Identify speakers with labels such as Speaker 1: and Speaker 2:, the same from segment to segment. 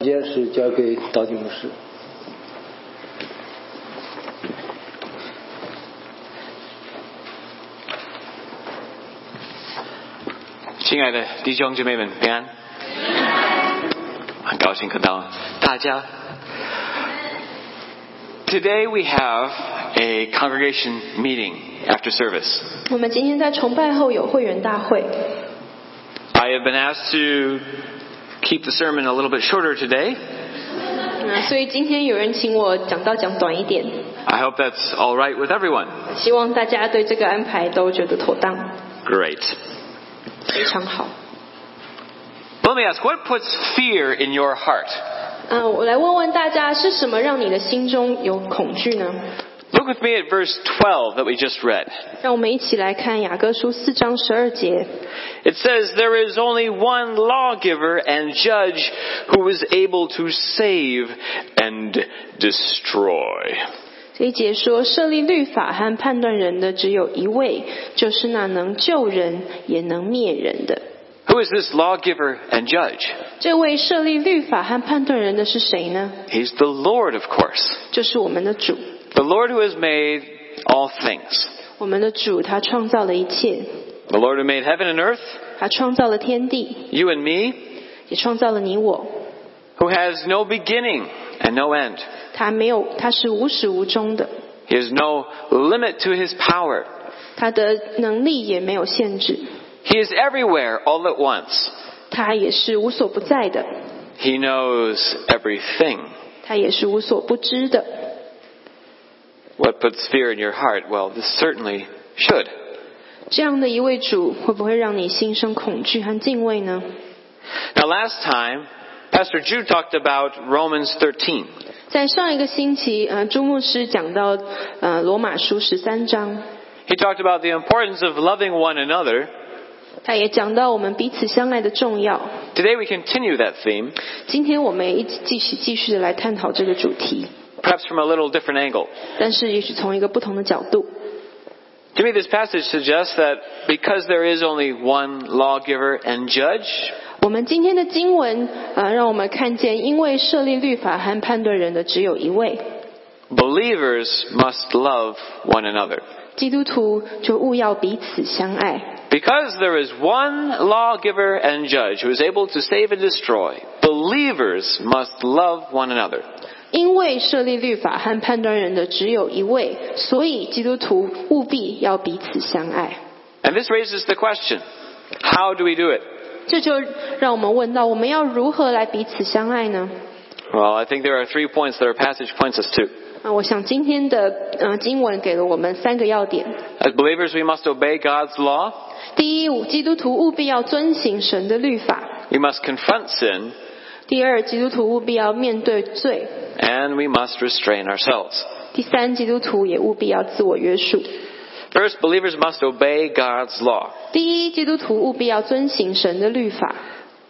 Speaker 1: 这件事交给导警牧师。
Speaker 2: 亲爱的弟兄姐妹们，平安！很高兴看到大家。Today we have a congregation meeting after service.
Speaker 3: 我们今天在崇拜后有会员大会，
Speaker 2: I have been asked to keep the sermon a little bit shorter today.
Speaker 3: 嗯，所以今天有人请我讲到讲短一点，
Speaker 2: I hope that's all right with everyone.
Speaker 3: 希望大家对这个安排都觉得妥当，
Speaker 2: Great.
Speaker 3: 非常好。
Speaker 2: Let me ask, what puts fear in your heart?
Speaker 3: 嗯，我来问问大家，是什么让你的心中有恐惧呢？
Speaker 2: Look with me at verse 12 that we just read.
Speaker 3: 让我们一起来看雅各书四章十二节。
Speaker 2: It says, There is only one lawgiver and judge who is able to save and destroy.
Speaker 3: 这一节说，设立律法和判断人的只有一位，就是那能救人也能灭人的。
Speaker 2: Who is this lawgiver and judge?
Speaker 3: 这位设立律法和判断人的是谁呢？
Speaker 2: He's the Lord, of course.
Speaker 3: 就是我们的主。
Speaker 2: The Lord who has made all things.
Speaker 3: 我们的主他创造了一切，
Speaker 2: The Lord who made heaven and earth,
Speaker 3: 他创造了天地，
Speaker 2: you and me,
Speaker 3: 也创造了你我。
Speaker 2: who has no beginning and no end.
Speaker 3: 他没有，他是无始无终的，
Speaker 2: He has no limit to his power.
Speaker 3: 他的能力也没有限制，
Speaker 2: He is everywhere all at once.
Speaker 3: 他也是无所不在的，
Speaker 2: He knows everything.
Speaker 3: 他也是无所不知的。
Speaker 2: What puts fear in your heart? Well, this certainly should.
Speaker 3: 这样的一位主，会不会让你心生恐惧和敬畏呢？
Speaker 2: Now, last time, Pastor Jude talked about Romans 13.
Speaker 3: 在上一个星期，呃，朱牧师讲到，呃，罗马书十三章，
Speaker 2: He talked about the importance of loving one another.
Speaker 3: 他也讲到我们彼此相爱的重要。
Speaker 2: Today we continue that theme,
Speaker 3: 今天我们也一起继续继续的来探讨这个主题，
Speaker 2: perhaps from a little different angle.
Speaker 3: 但是也许从一个不同的角度。
Speaker 2: To me, this passage suggests that because there is only one lawgiver and judge,
Speaker 3: 我们今天的经文，呃，让我们看见，因为设立律法和判断人的只有一位，
Speaker 2: believers must love one another.
Speaker 3: 基督徒就务要彼此相爱。
Speaker 2: Because there is one lawgiver and judge who is able to save and destroy, believers must love one another.
Speaker 3: 因为设立律法和判断人的只有一位，所以基督徒务必要彼此相爱。
Speaker 2: And this raises the question, how do we do it?
Speaker 3: 这就让我们问到，我们要如何来彼此相爱呢？
Speaker 2: Well, I think there are three points that our passage points us to.
Speaker 3: 啊，我想今天的呃经文给了我们三个要点。
Speaker 2: As believers, we must obey God's law,
Speaker 3: 第一，基督徒务必要遵行神的律法；
Speaker 2: we must confront sin,
Speaker 3: 第二，基督徒务必要面对罪；
Speaker 2: and we must restrain ourselves.
Speaker 3: 第三，基督徒也务必要自我约束。
Speaker 2: First, believers must obey God's law.
Speaker 3: 第一，基督徒务必要遵行神的律法。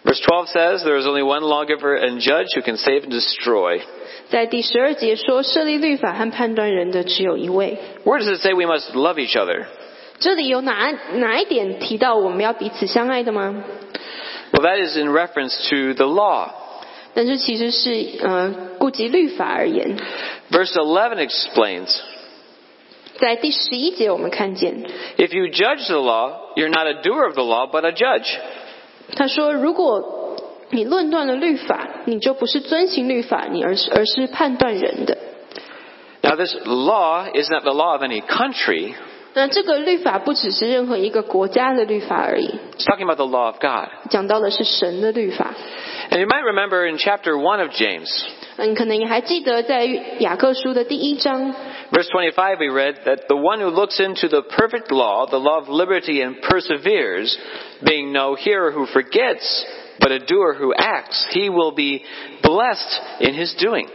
Speaker 2: Verse 12 says, There is only one lawgiver and judge who can save and destroy.
Speaker 3: 在第十二节说，设立律法和判断人的只有一位。
Speaker 2: Where does it say we must love each other?
Speaker 3: 这里有哪哪一点提到我们要彼此相爱的吗？
Speaker 2: Well, that is in reference to the law.
Speaker 3: 但是其实是呃顾及律法而言，
Speaker 2: Verse 11 explains,
Speaker 3: 在第十一节我们看见
Speaker 2: If you judge the law, you're not a doer of the law, but a judge.
Speaker 3: 他说，如果你论断了律法，你就不是遵行律法，你而是而是判断人的。
Speaker 2: Now, this law is not the law of any country.
Speaker 3: 那这个律法不只是任何一个国家的律法而已，
Speaker 2: It's talking about the law of God.
Speaker 3: 讲到的是神的律法。
Speaker 2: And you might remember in chapter 1 of James,
Speaker 3: 嗯，可能你还记得在雅各书的第一章，
Speaker 2: Verse 25, we read that the one who looks into the perfect law, the law of liberty, and perseveres, being no hearer who forgets, but a doer who acts, he will be blessed in his doing.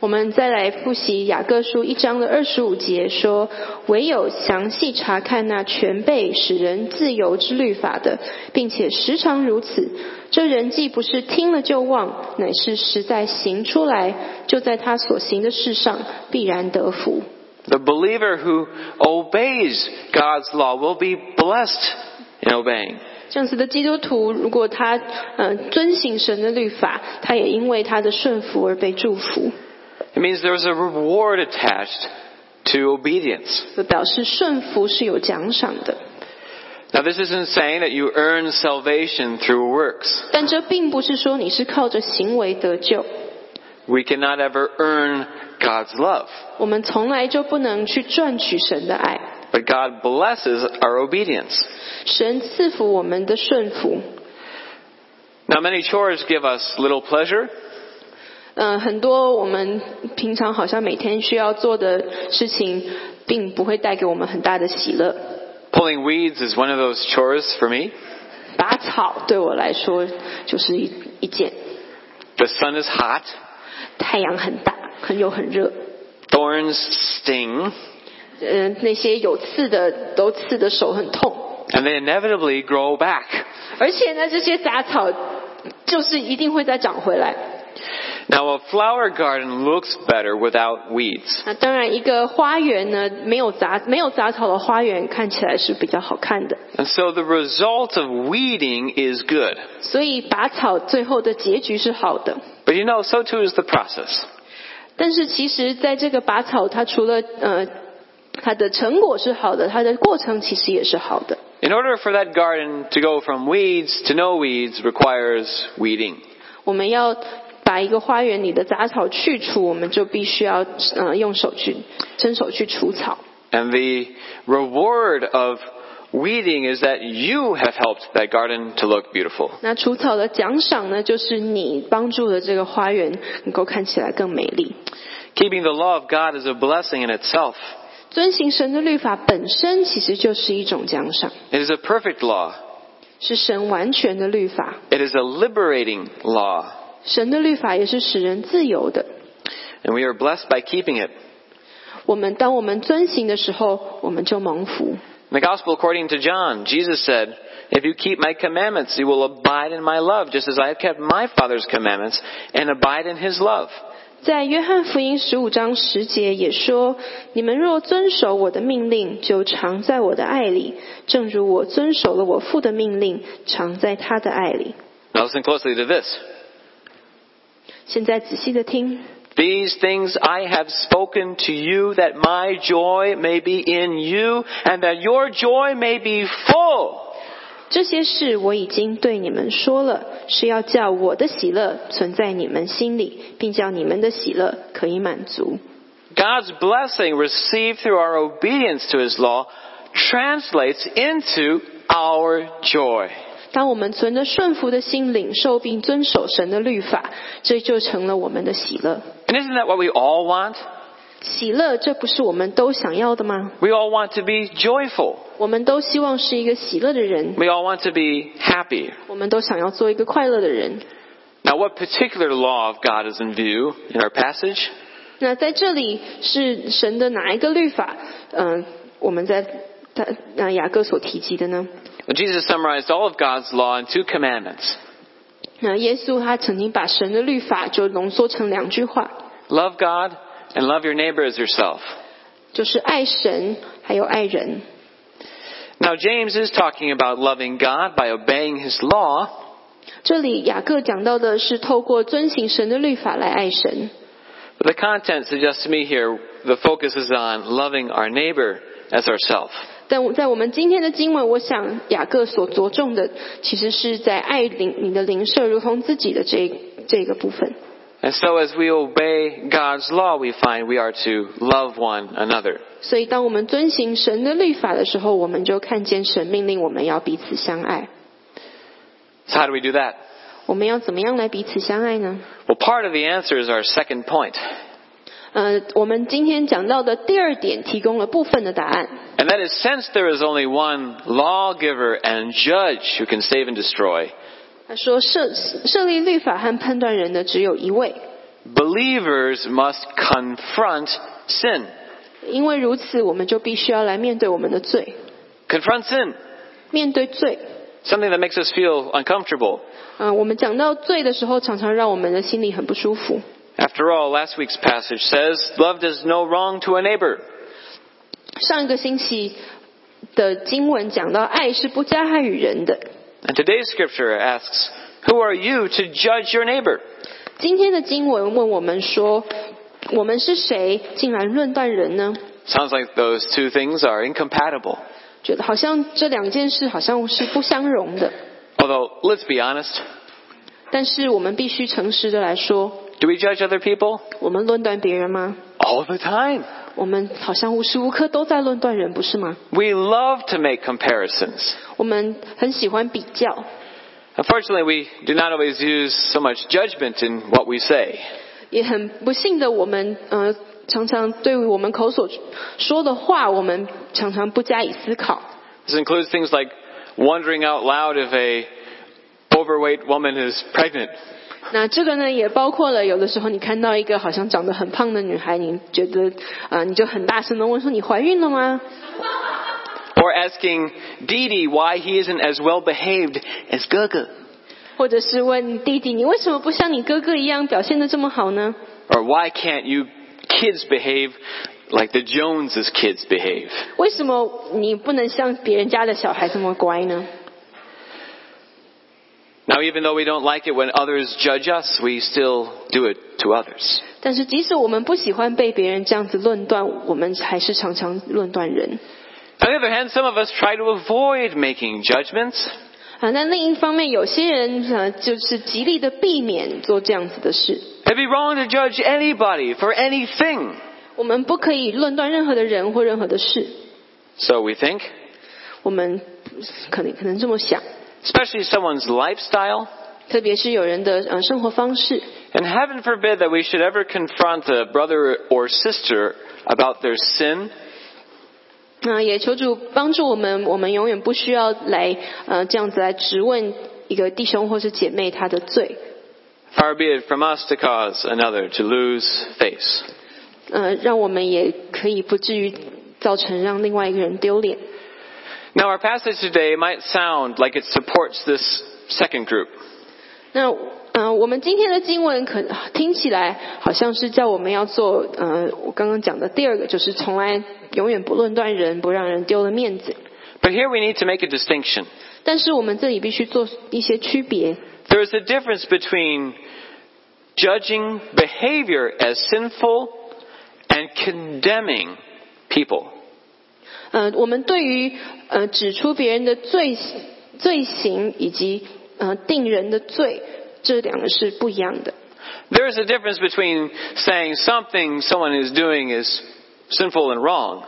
Speaker 3: 我们再来复习雅各书一章的二十五节，说：“唯有详细查看那全被使人自由之律法的，并且时常如此，这人既不是听了就忘，乃是实在行出来，就在他所行的事上必然得福。
Speaker 2: The believer who obeys God's law will be blessed in obeying. ”
Speaker 3: 这样子的基督徒，如果他呃遵行神的律法，他也因为他的顺服而被祝福。
Speaker 2: It means there's a reward attached to obedience.
Speaker 3: 这表示顺服是有奖赏的。
Speaker 2: Now, this isn't saying that you earn salvation through works.
Speaker 3: 但这并不是说你是靠着行为得救，
Speaker 2: We cannot ever earn God's love,
Speaker 3: 我们从来就不能去赚取神的爱。
Speaker 2: but God blesses our obedience.
Speaker 3: 神赐福我们的顺服。
Speaker 2: Now, many chores give us little pleasure,
Speaker 3: 嗯、很多我们平常好像每天需要做的事情，并不会带给我们很大的喜乐。
Speaker 2: Pulling weeds is one of those chores for me.
Speaker 3: 拔草对我来说就是一一件，
Speaker 2: The sun is hot,
Speaker 3: 太阳很大，很又很热。
Speaker 2: thorns sting,
Speaker 3: 嗯、那些有刺的都刺的手很痛，
Speaker 2: and they inevitably grow back.
Speaker 3: 而且呢，这些杂草就是一定会再长回来。
Speaker 2: Now, a flower garden looks better without weeds.
Speaker 3: 那当然，一个花园呢，没有杂没有杂草的花园看起来是比较好看的。
Speaker 2: And so the result of weeding is good.
Speaker 3: 所以拔草最后的结局是好的，
Speaker 2: But you know, so too is the process.
Speaker 3: 但是其实在这个拔草，它除了呃它的成果是好的，它的过程其实也是好的。
Speaker 2: In order for that garden to go from weeds to no weeds requires weeding.
Speaker 3: 我们要把一个花园里的杂草去除，我们就必须要呃用手去伸手去除草。
Speaker 2: And the reward of weeding is that you have helped that garden to look beautiful.
Speaker 3: 那除草的奖赏呢，就是你帮助了这个花园能够看起来更美丽。
Speaker 2: Keeping the law of God is a blessing in itself.
Speaker 3: 遵行神的律法本身其实就是一种奖赏，
Speaker 2: It is a perfect law.
Speaker 3: 是神完全的律法。
Speaker 2: It is a liberating law.
Speaker 3: 神的律法也是使人自由的。
Speaker 2: And we are blessed by keeping it.
Speaker 3: 我们当我们遵行的时候，我们就蒙福。
Speaker 2: In the Gospel according to John, Jesus said, If you keep my commandments, you will abide in my love, just as I have kept my Father's commandments and abide in his love.
Speaker 3: 在约翰福音十五章十节也说：“你们若遵守我的命令，就常在我的爱里，正如我遵守了我父的命令，常在他的爱里。
Speaker 2: Now listen closely to this. ”
Speaker 3: 现在仔细的听，
Speaker 2: These things I have spoken to you that my joy may be in you and that your joy may be full.
Speaker 3: 这些事我已经对你们说了，是要叫我的喜乐存在你们心里，并叫你们的喜乐可以满足。
Speaker 2: God's blessing received through our obedience to his law translates into our joy.
Speaker 3: 当我们存着顺服的心领受并遵守神的律法，这就成了我们的喜乐。
Speaker 2: And isn't that what we all want?
Speaker 3: 喜乐，这不是我们都想要的吗？
Speaker 2: We all want to be joyful.
Speaker 3: 我们都希望是一个喜乐的人，
Speaker 2: We all want to be happy.
Speaker 3: 我们都想要做一个快乐的人。
Speaker 2: Now, what particular law of God is in view in our passage?
Speaker 3: 那在这里是神的哪一个律法？嗯、我们在他那雅各所提及的呢？
Speaker 2: Well, Jesus summarized all of God's law in two commandments
Speaker 3: 那呃耶稣他曾经把神的律法就浓缩成两句话，
Speaker 2: love God and love your neighbor as yourself.
Speaker 3: 就是爱神还有爱人。
Speaker 2: Now, James is talking about loving God by obeying his law,
Speaker 3: 这里雅各讲到的是透过遵行神的律法来爱神，
Speaker 2: but the content suggests to me here the focus is on loving our neighbor as ourself.
Speaker 3: 但我在我们今天的经文，我想雅各所着重的其实是在爱邻你的邻舍如同自己的这这个部分。
Speaker 2: And so, as we obey God's law, we find we are to love one another.
Speaker 3: 所以，当我们遵行神的律法的时候，我们就看见神命令我们要彼此相爱。
Speaker 2: So, how do we do that?
Speaker 3: 我们要怎么样来彼此相爱呢？
Speaker 2: Well, part of the answer is our second point,
Speaker 3: 呃，我们今天讲到的第二点提供了部分的答案，
Speaker 2: and that is since there is only one lawgiver and judge who can save and destroy,
Speaker 3: 他说设设立律法和判断人的只有一位，
Speaker 2: believers must confront sin.
Speaker 3: 因为如此，我们就必须要来面对我们的罪，
Speaker 2: Confront sin,
Speaker 3: 面对罪。
Speaker 2: something that makes us feel uncomfortable.
Speaker 3: 嗯、我们讲到罪的时候，常常让我们的心里很不舒服。
Speaker 2: After all, last week's passage says, love does no wrong to a neighbor.
Speaker 3: 上一个星期的经文讲到，爱是不加害于人的。
Speaker 2: And today's scripture asks, Who are you to judge your neighbor?
Speaker 3: 今天的经文问我们说，我们是谁，竟然论断人呢？
Speaker 2: Sounds like those two things are incompatible.
Speaker 3: 觉得好像这两件事好像是不相容的。
Speaker 2: Although, let's be honest,
Speaker 3: 但是我们必须诚实的来说，
Speaker 2: do we judge other people?
Speaker 3: 我们论断别人吗？
Speaker 2: All the time.
Speaker 3: 我们好像无时无刻都在论断人，不是吗？
Speaker 2: We love to make comparisons.
Speaker 3: 我们很喜欢比较，
Speaker 2: Unfortunately, we do not always use so much judgment in what we say.
Speaker 3: 也很不幸的，我们呃常常对于我们口所说的话，我们常常不加以思考。
Speaker 2: This includes things like wondering out loud if a overweight woman is pregnant,
Speaker 3: 那这个呢，也包括了有的时候你看到一个好像长得很胖的女孩，你觉得呃你就很大声的问说你怀孕了吗？
Speaker 2: or asking Dee Dee why he isn't as well behaved as Gaga,
Speaker 3: 或者是问弟弟你为什么不像你哥哥一样表现的这么好呢？
Speaker 2: or why can't you kids behave like the Joneses kids behave?
Speaker 3: 为什么你不能像别人家的小孩这么乖呢？
Speaker 2: Now, even though we don't like it when others judge us, we still do it to others.
Speaker 3: 但是即使我们不喜欢被别人这样子论断，我们还是常常论断人。
Speaker 2: On the other hand, some of us try to avoid making judgments.
Speaker 3: 啊，那另一方面，有些人呃，就是极力的避免做这样子的事。
Speaker 2: It'd be wrong to judge anybody for anything.
Speaker 3: 我们不可以论断任何的人或任何的事，
Speaker 2: So we think,
Speaker 3: 我们可能可能这么想，
Speaker 2: especially someone's lifestyle.
Speaker 3: 特别是有人的呃生活方式。
Speaker 2: And heaven forbid that we should ever confront a brother or sister about their sin.
Speaker 3: 那也求主帮助我们，我们永远不需要来呃这样子来质问一个弟兄或是姐妹他的罪。
Speaker 2: Far be it from us to cause another to lose face.
Speaker 3: 呃，让我们也可以不至于造成让另外一个人丢脸。
Speaker 2: Now, our passage today might sound like it supports this second group.
Speaker 3: 那呃，我们今天的经文可听起来好像是叫我们要做呃，我刚刚讲的第二个，就是从来永远不论断人，不让人丢了面子。
Speaker 2: But here we need to make a distinction.
Speaker 3: 但是我们这里必须做一些区别。
Speaker 2: There is a difference between judging behavior as sinful and condemning people.
Speaker 3: 呃，我们对于呃指出别人的罪罪行以及呃定人的罪，这两个是不一样的。
Speaker 2: There is a difference between saying something someone is doing is sinful and wrong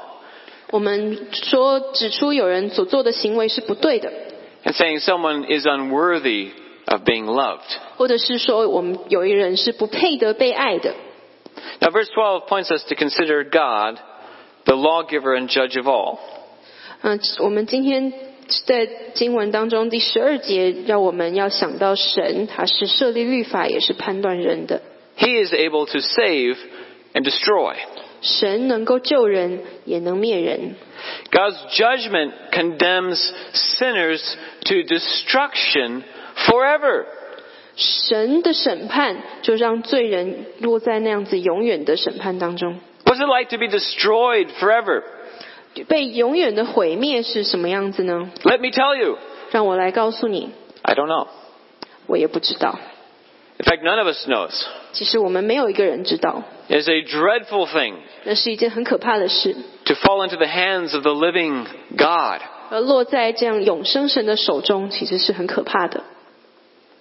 Speaker 3: 我们说指出有人所做的行为是不对的，
Speaker 2: and saying someone is unworthy of being loved.
Speaker 3: 或者是说我们有一人是不配得被爱的。
Speaker 2: Now, verse 12 points us to consider God the lawgiver and judge of all.
Speaker 3: 嗯、我们今天在经文当中第十二节，让我们要想到神，他是设立律法，也是判断人的。
Speaker 2: He is able to save and destroy.
Speaker 3: 神能够救人，也能灭人。
Speaker 2: God's judgment condemns sinners to destruction forever.
Speaker 3: 神的审判就让罪人落在那样子永远的审判当中，
Speaker 2: What's it like to be destroyed forever?
Speaker 3: 被永远的毁灭是什么样子呢？
Speaker 2: Let me tell you,
Speaker 3: 让我来告诉你，
Speaker 2: I don't know.
Speaker 3: 我也不知道。
Speaker 2: In fact, none of us knows.
Speaker 3: 其实我们没有一个人知道，
Speaker 2: It is a dreadful thing
Speaker 3: 那是一件很可怕的事。
Speaker 2: to fall into the hands of the living God.
Speaker 3: 而落在这样永生神的手中，其实是很可怕的。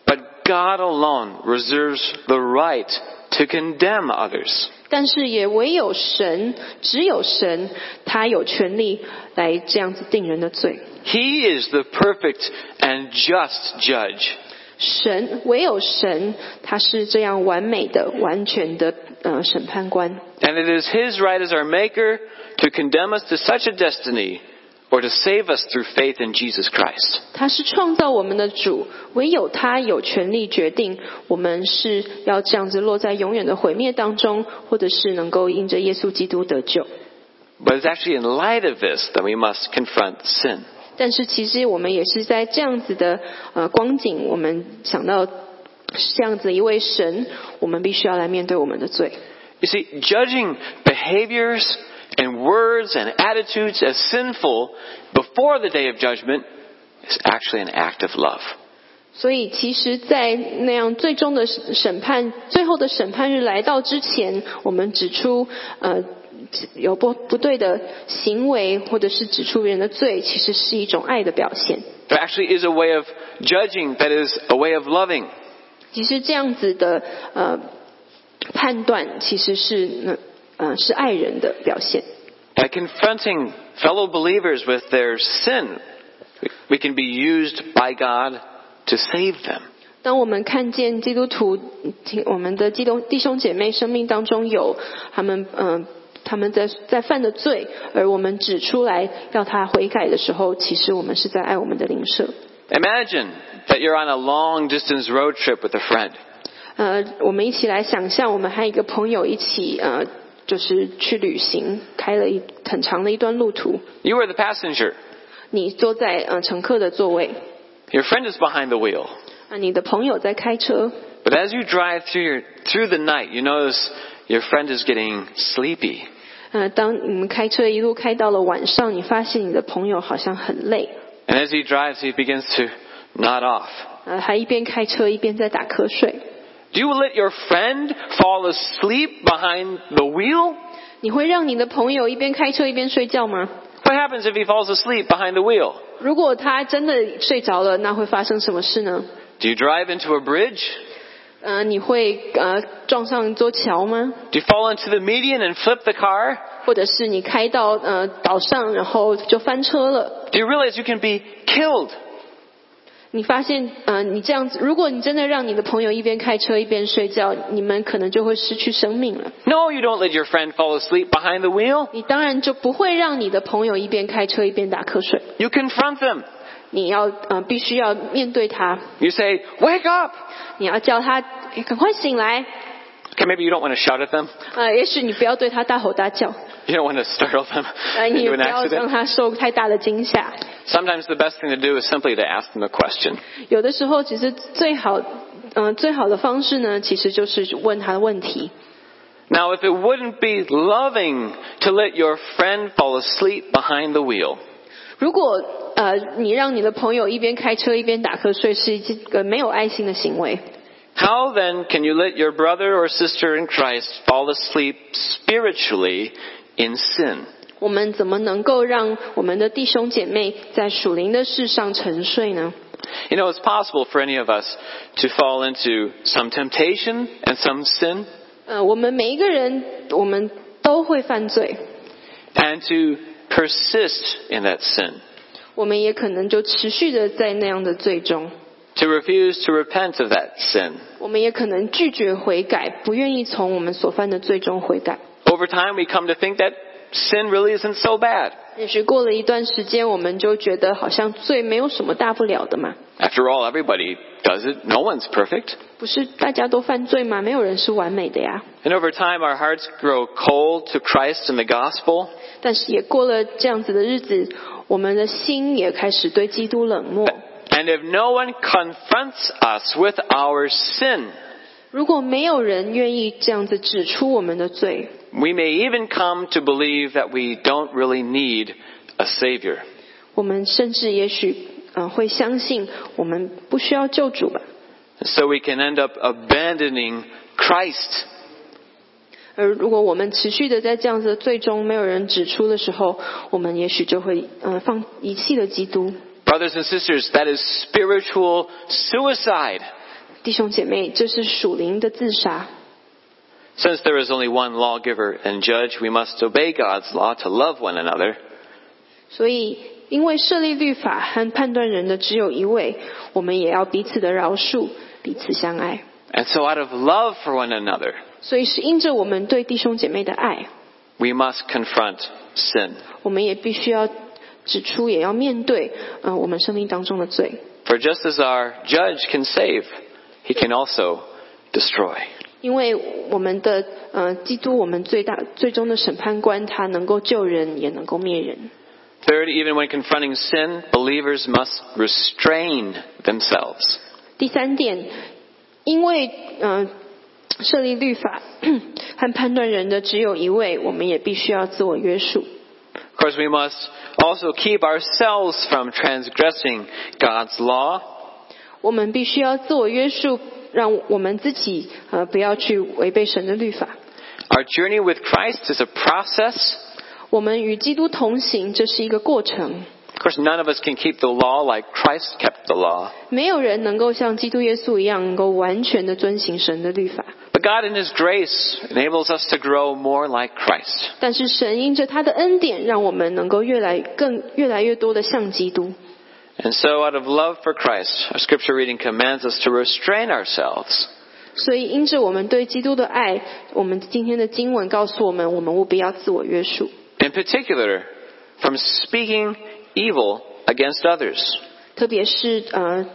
Speaker 2: But God alone reserves the right to condemn others.
Speaker 3: 但是也唯有神，只有神，他有权利来这样子定人的罪。
Speaker 2: He is the perfect and just judge.
Speaker 3: 神唯有神，他是这样完美的、完全的呃审判官。
Speaker 2: And it is His right as our Maker to condemn us to such a destiny or to save us through faith in Jesus Christ.
Speaker 3: 他是创造我们的主，唯有他有权利决定我们是要这样子落在永远的毁灭当中，或者是能够因着耶稣基督得救。
Speaker 2: But it's actually in light of this that we must confront sin.
Speaker 3: 但是其实我们也是在这样子的呃光景，我们想到是这样子一位神，我们必须要来面对我们的罪。
Speaker 2: You see, judging behaviors and words and attitudes as sinful before the day of judgment is actually an act of love.
Speaker 3: 所以，其实，在那样最终的审判、最后的审判日来到之前，我们指出，呃，有不不对的行为，或者是指出别人的罪，其实是一种爱的表现。
Speaker 2: There actually is a way of judging that is a way of loving.
Speaker 3: 其实这样子的呃判断，其实是那呃是爱人的表现。
Speaker 2: By confronting fellow believers with their sin, we can be used by God to save them.
Speaker 3: 当我们看见基督徒，听我们的基督弟兄姐妹生命当中有他们嗯、呃他们在在犯的罪，而我们指出来要他悔改的时候，其实我们是在爱我们的邻舍。
Speaker 2: Imagine that you're on a long distance road trip with a friend.
Speaker 3: 呃，我们一起来想象，我们和一个朋友一起呃，就是去旅行，开了一很长的一段路途。
Speaker 2: You are the passenger.
Speaker 3: 你坐在呃乘客的座位，
Speaker 2: Your friend is behind the wheel.
Speaker 3: 啊，你的朋友在开车，
Speaker 2: But as you drive through, your, through the night, you notice your friend is getting sleepy.
Speaker 3: 呃，当你们开车一路开到了晚上，你发现你的朋友好像很累，
Speaker 2: And as he drives, he begins to nod off.
Speaker 3: 呃，还一边开车一边在打瞌睡。
Speaker 2: Do you let your friend fall asleep behind the wheel?
Speaker 3: 你会让你的朋友一边开车一边睡觉吗？
Speaker 2: What happens if he falls asleep behind the wheel?
Speaker 3: 如果他真的睡着了，那会发生什么事呢？
Speaker 2: Do you drive into a bridge?
Speaker 3: 呃，你会呃撞上一座桥吗？
Speaker 2: Do you fall into the median and flip the car?
Speaker 3: 或者是你开到呃岛上，然后就翻车了？
Speaker 2: Do you realize you can be killed?
Speaker 3: 你发现呃你这样子，如果你真的让你的朋友一边开车一边睡觉，你们可能就会失去生命了。
Speaker 2: No, you don't let your friend fall asleep behind the wheel.
Speaker 3: 你当然就不会让你的朋友一边开车一边打瞌睡，
Speaker 2: You confront them.
Speaker 3: 你要呃必须要面对他，
Speaker 2: You say, wake up!
Speaker 3: 你要叫他哎赶快醒来。
Speaker 2: Okay, maybe you don't want to shout at them.
Speaker 3: 呃，也许你不要对他大吼大叫，
Speaker 2: You don't want to startle them
Speaker 3: 呃，你也
Speaker 2: into
Speaker 3: 不
Speaker 2: an
Speaker 3: 要让
Speaker 2: accident.
Speaker 3: 他受太大的惊吓。
Speaker 2: Sometimes the best thing to do is simply to ask them a question.
Speaker 3: 有的时候，其实最好，嗯、最好的方式呢，其实就是问他问题。
Speaker 2: Now, if it wouldn't be loving to let your friend fall asleep behind the wheel,
Speaker 3: 如果呃，你让你的朋友一边开车一边打瞌睡，是一个没有爱心的行为。
Speaker 2: how then can you let your brother or sister in Christ fall asleep spiritually in sin?
Speaker 3: 我们怎么能够让我们的弟兄姐妹在属灵的事上沉睡呢？
Speaker 2: You know, it's possible for any of us to fall into some temptation and some sin
Speaker 3: 呃，我们每一个人，我们都会犯罪，
Speaker 2: and to persist in that sin,
Speaker 3: 我们也可能就持续的在那样的罪中，
Speaker 2: to refuse to repent of that sin.
Speaker 3: 我们也可能拒绝悔改，不愿意从我们所犯的罪中悔改。
Speaker 2: Over time, we come to think that sin really isn't so bad.
Speaker 3: 也许过了一段时间，我们就觉得好像罪没有什么大不了的嘛，
Speaker 2: After all, everybody does it. No one's perfect.
Speaker 3: 不是大家都犯罪吗？没有人是完美的呀。
Speaker 2: And over time, our hearts grow cold to Christ and the gospel.
Speaker 3: 但是也过了这样子的日子，我们的心也开始对基督冷漠。
Speaker 2: And if no one confronts us with our sin,
Speaker 3: 如果没有人愿意这样子指出我们的罪，
Speaker 2: we may even come to believe that we don't really need a Savior.
Speaker 3: 我们甚至也许嗯、呃会相信我们不需要救主吧。
Speaker 2: So we can end up abandoning Christ.
Speaker 3: 而呃如果我们持续的在这样子的罪中没有人指出的时候，我们也许就会嗯、呃放遗弃了基督。
Speaker 2: Brothers and sisters, that is spiritual suicide.
Speaker 3: 弟兄姐妹，这是属灵的自杀。
Speaker 2: Since there is only one lawgiver and judge, we must obey God's law to love one another.
Speaker 3: 所以，因为设立律法和判断人的只有一位，我们也要彼此的饶恕，彼此相爱。
Speaker 2: And so out of love for one another,
Speaker 3: 所以是因着我们对弟兄姐妹的爱，
Speaker 2: we must confront sin.
Speaker 3: 我们也必须要指出，也要面对，嗯、我们生命当中的罪。
Speaker 2: For just as our judge can save, he can also destroy.
Speaker 3: 因为我们的呃，基督，我们最大最终的审判官，他能够救人，也能够灭人。
Speaker 2: Third, even when confronting sin, believers must restrain themselves.
Speaker 3: 第三点，因为嗯、呃设 立律法和判断人的只有一位，我们也必须要自我约束。
Speaker 2: Of course, we must also keep ourselves from transgressing God's law.
Speaker 3: 我们必须要自我约束，让我们自己呃不要去违背神的律法。
Speaker 2: Our journey with Christ is a process.
Speaker 3: 我们与基督同行，这是一个过程，
Speaker 2: Of course, none of us can keep the law like Christ kept the law.
Speaker 3: 没有人能够像基督耶稣一样能够完全的遵行神的律法。
Speaker 2: But God, in His grace, enables us to grow more like Christ.
Speaker 3: 但是神因着他的恩典，让我们能够越来更越来越多的像基督。
Speaker 2: And so, out of love for Christ, our scripture reading commands us to restrain ourselves.
Speaker 3: 所以因着我们对基督的爱，我们今天的经文告诉我们，我们务必要自我约束，
Speaker 2: In particular, from speaking evil against others.
Speaker 3: 特别是呃，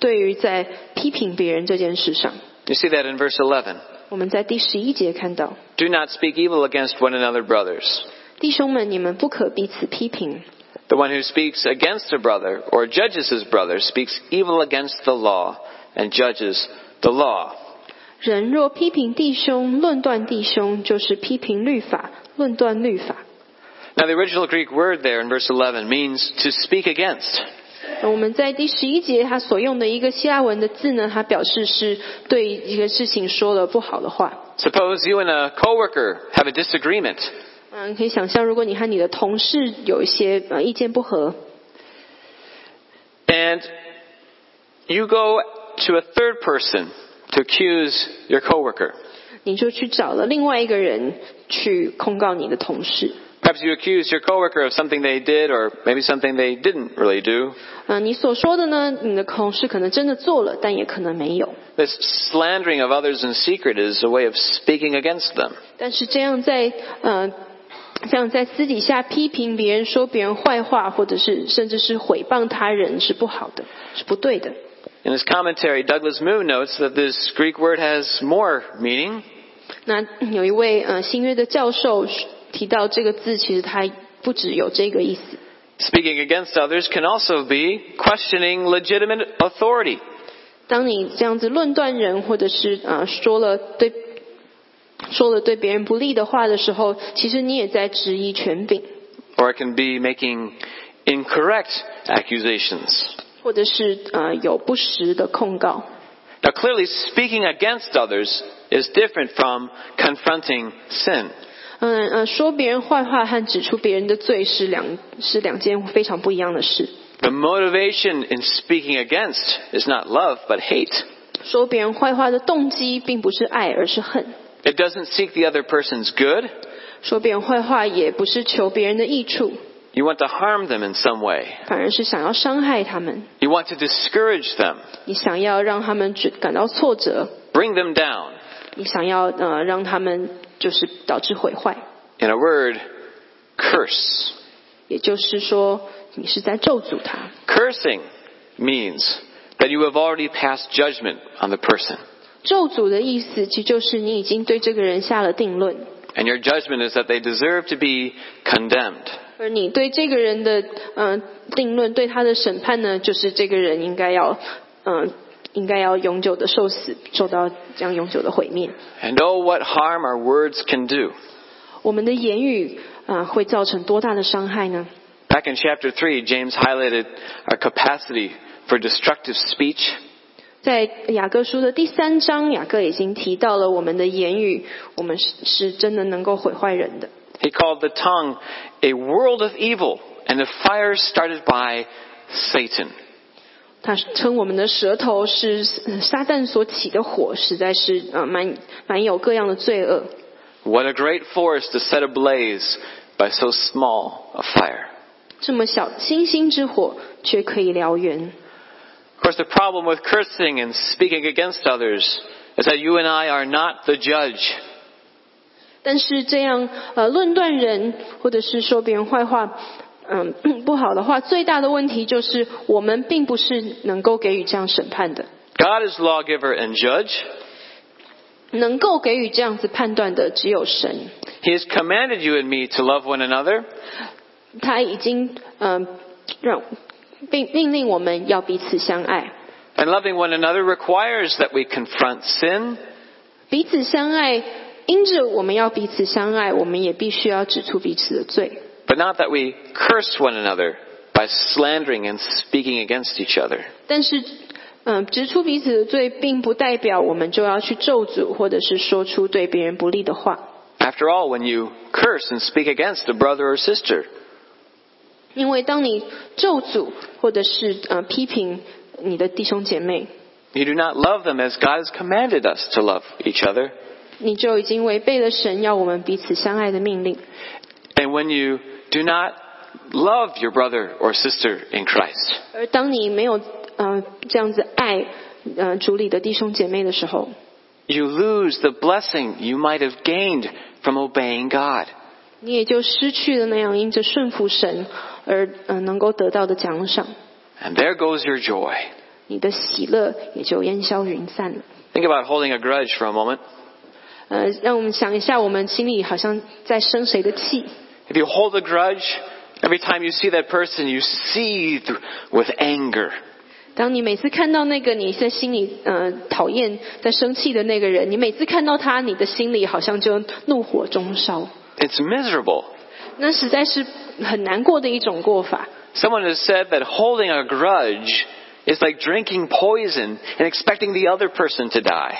Speaker 3: 对于在批评别人这件事上，
Speaker 2: You see that in verse 11.
Speaker 3: 我们在第十一节看到，
Speaker 2: Do not speak evil against one another, brothers.
Speaker 3: 弟兄们，你们不可彼此批评。
Speaker 2: The one who speaks against a brother or judges his brother speaks evil against the law and judges the law.
Speaker 3: 人若批评弟兄、论断弟兄，就是批评律法、论断律法。
Speaker 2: Now, the original Greek word there in verse 11 means to speak against.
Speaker 3: 呃我们在第十一节他所用的一个希腊文的字呢，它表示是对一个事情说了不好的话。
Speaker 2: Suppose you and a coworker have a disagreement.
Speaker 3: 嗯，可以想象，如果你和你的同事有一些呃意见不合，
Speaker 2: And you go to a third person to accuse your coworker.
Speaker 3: 你就去找了另外一个人去控告你的同事。
Speaker 2: Perhaps you accuse your coworker of something they did or maybe something they didn't really do.
Speaker 3: 嗯、你所说的呢，你的同事可能真的做了，但也可能没有。
Speaker 2: This slandering of others in secret is a way of speaking against them.
Speaker 3: 但是这样在呃，这样在私底下批评别人、说别人坏话，或者是甚至是毁谤他人，是不好的，是不对的。
Speaker 2: In his commentary, Douglas Moo notes that this Greek word has more meaning.
Speaker 3: 那有一位呃新约的教授提到这个字，其实它不只有这个意思。
Speaker 2: Speaking against others can also be questioning legitimate authority.
Speaker 3: 当你这样子论断人，或者是呃说了对说了对别人不利的话的时候，其实你也在质疑权柄，
Speaker 2: Or it can be making incorrect accusations.
Speaker 3: 或者是呃有不实的控告。
Speaker 2: Now clearly, speaking against others is different from confronting sin.
Speaker 3: 嗯呃，说别人坏话和指出别人的罪是两是两件非常不一样的事。
Speaker 2: The motivation in speaking against is not love, but hate.
Speaker 3: 说别人坏话的动机并不是爱，而是恨。
Speaker 2: It doesn't seek the other person's good.
Speaker 3: 说别人坏话也不是求别人的益处，
Speaker 2: You want to harm them in some way.
Speaker 3: 反而是想要伤害他们，
Speaker 2: You want to discourage them,
Speaker 3: 你想要让他们觉感到挫折，
Speaker 2: bring them down.
Speaker 3: 你想要呃让他们就是导致毁坏，
Speaker 2: In a word, curse.
Speaker 3: 也就是说你是在咒诅他。
Speaker 2: Cursing means that you have already passed judgment on the person,
Speaker 3: 咒诅的意思其实就是你已经对这个人下了定论，
Speaker 2: and your judgment is that they deserve to be condemned.
Speaker 3: 而你对这个人的嗯、呃定论，对他的审判呢，就是这个人应该要嗯、呃应该要永久的受死，受到这样永久的毁灭。
Speaker 2: And oh, what harm our words can do.
Speaker 3: 我们的言语啊、呃会造成多大的伤害呢？
Speaker 2: Back in chapter 3, James highlighted our capacity for destructive speech.
Speaker 3: 在雅各书的第三章，雅各已经提到了我们的言语，我们是是真的能够毁坏人的。
Speaker 2: He called the tongue a world of evil and a fire started by Satan.
Speaker 3: 他称我们的舌头是呃撒旦所起的火，实在是啊、呃满满有各样的罪恶。
Speaker 2: What a great forest to set ablaze by so small a fire.
Speaker 3: 这么小星星之火却可以燎原。
Speaker 2: Of course, the problem with cursing and speaking against others is that you and I are not the judge.
Speaker 3: 但是这样呃论断人或者是说别人坏话，嗯、 不好的话，最大的问题就是我们并不是能够给予这样审判的，
Speaker 2: God is lawgiver and judge.
Speaker 3: 能够给予这样子判断的只有神，
Speaker 2: He has commanded you and me to love one another.
Speaker 3: 他已经嗯、让并命令我们要彼此相爱，
Speaker 2: And loving one another requires that we confront sin,
Speaker 3: 彼此相爱，因着我们要彼此相爱，我们也必须要指出彼此的罪。
Speaker 2: But but not that we curse one another by slandering and speaking against each other.
Speaker 3: 但是，嗯、指出彼此的罪，并不代表我们就要去咒诅，或者是说出对别人不利的话。
Speaker 2: After all, when you curse and speak against a brother or sister,
Speaker 3: 因为当你咒诅或者是呃批评你的弟兄姐妹，
Speaker 2: you do not love them as God has commanded us to love each other.
Speaker 3: 你就已经违背了神要我们彼此相爱的命令。
Speaker 2: And when you do not love your brother or sister in Christ,
Speaker 3: 而当你没有呃这样子爱呃主里的弟兄姐妹的时候，
Speaker 2: you lose the blessing you might have gained from obeying God.
Speaker 3: 你也就失去了那样因着顺服神而呃能够得到的奖赏，
Speaker 2: And there goes your joy.
Speaker 3: 你的喜乐也就烟消云散了。
Speaker 2: Think about holding a grudge for a moment.
Speaker 3: 呃，让我们想一下，我们心里好像在生谁的气？
Speaker 2: If you hold a grudge, every time you see that person, you seethe with anger.
Speaker 3: 当你每次看到那个你在心里呃讨厌、在生气的那个人，你每次看到他，你的心里好像就怒火中烧，
Speaker 2: It's miserable.
Speaker 3: 那实在是很难过的一种过法。
Speaker 2: Someone has said that holding a grudge is like drinking poison and expecting the other person to die.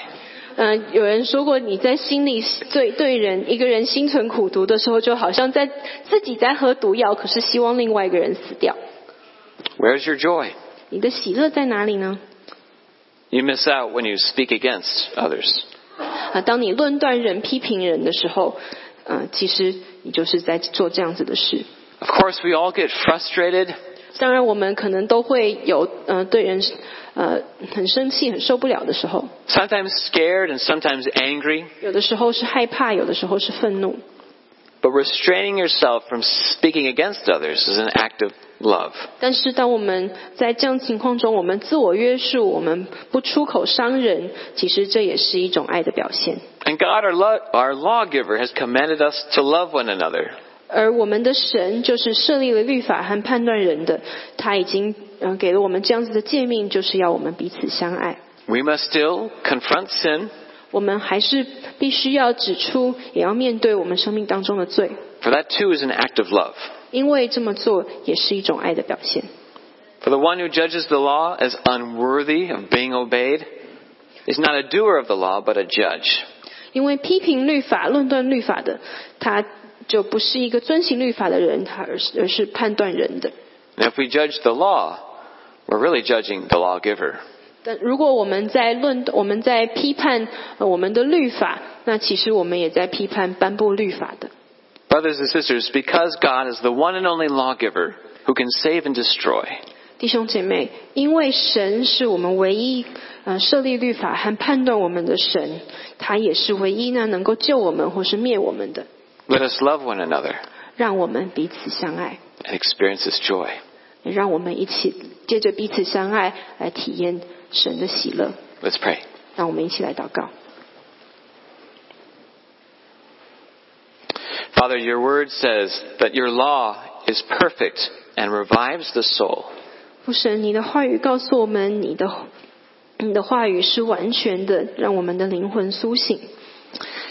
Speaker 3: 呃，有人说过，你在心里对对人一个人心存苦毒的时候，就好像在自己在喝毒药，可是希望另外一个人死掉。
Speaker 2: Where's your joy?
Speaker 3: 你的喜乐在哪里呢？
Speaker 2: You miss out when you speak against others.
Speaker 3: 啊、当你论断人、批评人的时候，呃，其实你就是在做这样子的事。
Speaker 2: Of course, we all get frustrated.
Speaker 3: 当然，我们可能都会有呃对人呃很生气、很受不了的时候，
Speaker 2: Sometimes scared and sometimes angry,
Speaker 3: 有的时候是害怕，有的时候是愤怒。
Speaker 2: but restraining yourself from speaking against others is an act of love.
Speaker 3: 但是，当我们在这样情况中，我们自我约束，我们不出口伤人，其实这也是一种爱的表现。
Speaker 2: And God, our, lo- our lawgiver, has commanded us to love one another.
Speaker 3: 而我们的神就是设立了律法和判断人的，他已经嗯、呃给了我们这样子的诫命，就是要我们彼此相爱。
Speaker 2: We must still confront sin,
Speaker 3: 我们还是必须要指出，也要面对我们生命当中的罪，
Speaker 2: for that too is an act of love.
Speaker 3: 因为这么做也是一种爱的表现。
Speaker 2: For the one who judges the law as unworthy of being obeyed is not a doer of the law, but a judge.
Speaker 3: 因为批评律法、论断律法的，他就不是一个遵行律法的人，他而是而是判断人的。
Speaker 2: And if we judge the law, we're really judging the lawgiver.
Speaker 3: 但如果我们在论，我们在批判呃我们的律法，那其实我们也在批判颁布律法的。
Speaker 2: Brothers and sisters, because God is the one and only lawgiver who can save and destroy,
Speaker 3: 弟兄姐妹，因为神是我们唯一呃设立律法和判断我们的神，他也是唯一呢能够救我们或是灭我们的。
Speaker 2: let us love one another
Speaker 3: 让我们彼此相爱，
Speaker 2: and experience His joy.
Speaker 3: 也让我们一起借着彼此相爱来体验神的喜乐。
Speaker 2: Let's pray.
Speaker 3: 让我们一起来祷告。
Speaker 2: Father, your word says that your law is perfect and revives the soul.
Speaker 3: 父神，你的话语告诉我们，你的你的话语是完全的，让我们的灵魂苏醒。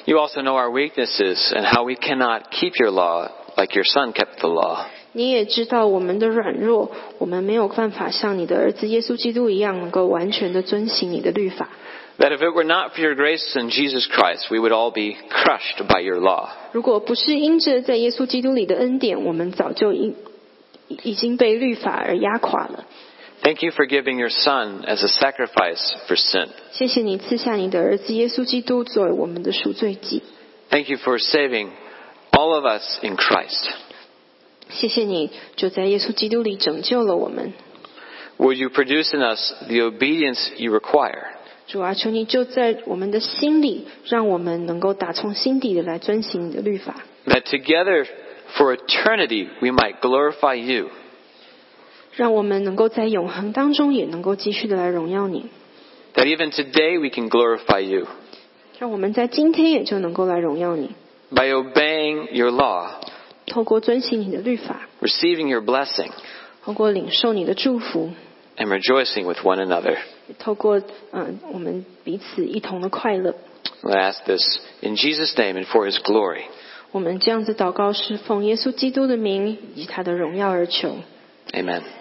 Speaker 2: You also know our weaknesses and how we cannot keep your law like your son kept the law.
Speaker 3: 你也知道我们的软弱，我们没有办法像你的儿子耶稣基督一样，能够完全的遵行你的律法。
Speaker 2: That if it were not for your grace in Jesus Christ, we would all be crushed by your law.
Speaker 3: 如果不是因着在耶稣基督里的恩典，我们早就已已经被律法而压垮了。
Speaker 2: Thank you for giving your son as a sacrifice for sin.
Speaker 3: 谢谢你赐下你的儿子耶稣基督作为我们的赎罪祭，
Speaker 2: Thank you for saving all of us in Christ.
Speaker 3: 谢谢你就在耶稣基督里拯救了我们。
Speaker 2: Will you produce in us the obedience you require?
Speaker 3: 主啊，求你就在我们的心里，让我们能够打从心底的来遵行你的律法，
Speaker 2: That together for eternity we might glorify you.
Speaker 3: 让我们能够在永恒当中也能够继续的来荣耀你，
Speaker 2: That even today we can glorify you
Speaker 3: 让我们在今天也就能够来荣耀你，
Speaker 2: by obeying your law,
Speaker 3: 透过遵行你的律法，
Speaker 2: receiving your blessing,
Speaker 3: 透过领受你的祝福，
Speaker 2: and rejoicing with one another.
Speaker 3: 也透过嗯、呃我们彼此一同的快乐。
Speaker 2: I ask this in Jesus' name and for his glory.
Speaker 3: 我们这样子祷告，是奉耶稣基督的名，以他的荣耀而求。
Speaker 2: Amen.